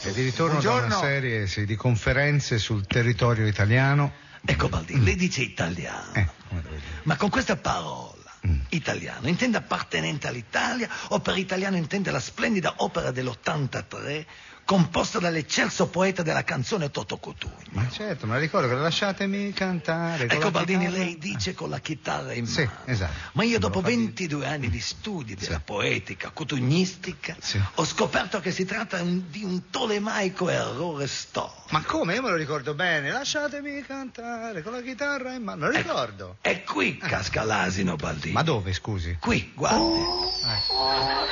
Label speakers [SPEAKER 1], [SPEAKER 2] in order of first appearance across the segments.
[SPEAKER 1] Che di ritorno da
[SPEAKER 2] Buongiorno.
[SPEAKER 1] una serie sì, di conferenze sul territorio italiano.
[SPEAKER 3] Ecco Baldini, lei dice italiano,
[SPEAKER 1] Mm. Eh, Mm. come devo dire?
[SPEAKER 3] ma con questa parola italiano intende appartenente all'Italia o per italiano intende la splendida opera dell'83 composta dall'eccelso poeta della canzone Toto Cotugno?
[SPEAKER 1] Ma certo, me la ricordo che lasciatemi cantare. con
[SPEAKER 3] Ecco
[SPEAKER 1] la
[SPEAKER 3] Baldini,
[SPEAKER 1] chitarra.
[SPEAKER 3] lei dice con la chitarra in
[SPEAKER 1] Sì,
[SPEAKER 3] mano.
[SPEAKER 1] esatto.
[SPEAKER 3] Ma io dopo
[SPEAKER 1] Volevo
[SPEAKER 3] 22 anni di studi della
[SPEAKER 1] Sì.
[SPEAKER 3] poetica cotugnistica
[SPEAKER 1] Sì.
[SPEAKER 3] ho scoperto che si tratta un- di un tolemaico errore storico.
[SPEAKER 1] Ma come? Io me lo ricordo bene. Lasciatemi cantare con la chitarra in mano. Me lo
[SPEAKER 3] Ecco.
[SPEAKER 1] ricordo.
[SPEAKER 3] E qui casca l'asino Baldini.
[SPEAKER 1] Ah. Ma dove, scusi?
[SPEAKER 3] Qui, guardi.
[SPEAKER 1] Ecco.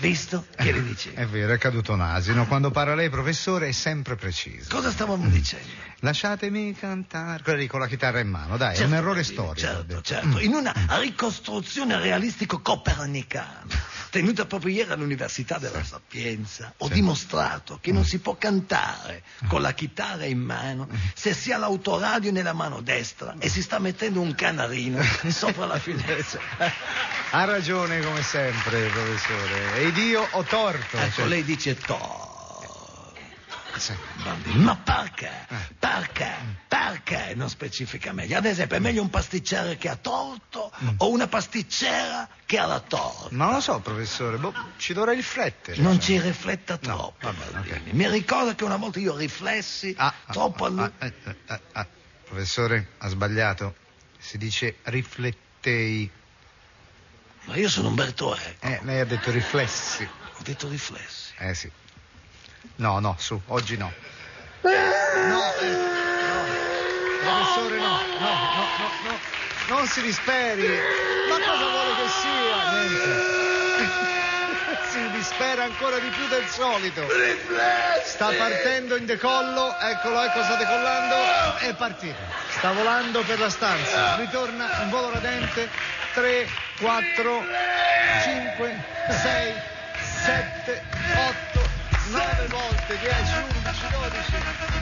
[SPEAKER 3] Visto? Che le dice?
[SPEAKER 1] È vero, è caduto un asino. Quando parla lei, professore, è sempre preciso.
[SPEAKER 3] Cosa stavamo dicendo?
[SPEAKER 1] Lasciatemi cantare. Quella lì con la chitarra in mano, dai, Eh, è Mm. un
[SPEAKER 3] Certo,
[SPEAKER 1] errore
[SPEAKER 3] Baldini,
[SPEAKER 1] storico. ho
[SPEAKER 3] Certo,
[SPEAKER 1] detto.
[SPEAKER 3] certo. In una ricostruzione realistico-copernicana tenuta proprio ieri all'Università della Sapienza, ho dimostrato
[SPEAKER 1] Mm.
[SPEAKER 3] che non si può cantare con la chitarra in mano se si ha l'autoradio nella mano destra e si sta mettendo un canarino sopra la finestra.
[SPEAKER 1] Eh, Ha ragione come sempre, professore. E io ho torto.
[SPEAKER 3] Ecco,
[SPEAKER 1] Cioè,
[SPEAKER 3] lei dice to.
[SPEAKER 1] sì.
[SPEAKER 3] Bambini, Ma perché? Perché? Perché non specifica meglio? Ad esempio, è meglio un pasticcere che ha torto o una pasticcera che ha la torta?
[SPEAKER 1] Non lo so, professore, boh, ci dovrei riflettere.
[SPEAKER 3] Non
[SPEAKER 1] cioè.
[SPEAKER 3] ci rifletta troppo.
[SPEAKER 1] vabbè,
[SPEAKER 3] Baldini. Mi ricordo che una volta io riflessi
[SPEAKER 1] Ah, ah,
[SPEAKER 3] troppo a
[SPEAKER 1] ah,
[SPEAKER 3] lungo.
[SPEAKER 1] ah, ah, ah, ah. Professore, ha sbagliato. Si dice riflettei.
[SPEAKER 3] Ma io sono un bertore.
[SPEAKER 1] Eh, lei ha detto riflessi.
[SPEAKER 3] Ho detto riflessi.
[SPEAKER 1] Eh sì. No, no, su, oggi no. No, eh, no. Professore, no, no, no, no, no. Non si disperi. Ma cosa vuole che sia? Niente. Si dispera ancora di più del solito. Sta partendo in decollo, eccolo, ecco, sta decollando. È partito. Sta volando per la stanza. Ritorna in volo radente. 3, 4, 5, 6, 7, 8, 9 volte, 10, 11, 12.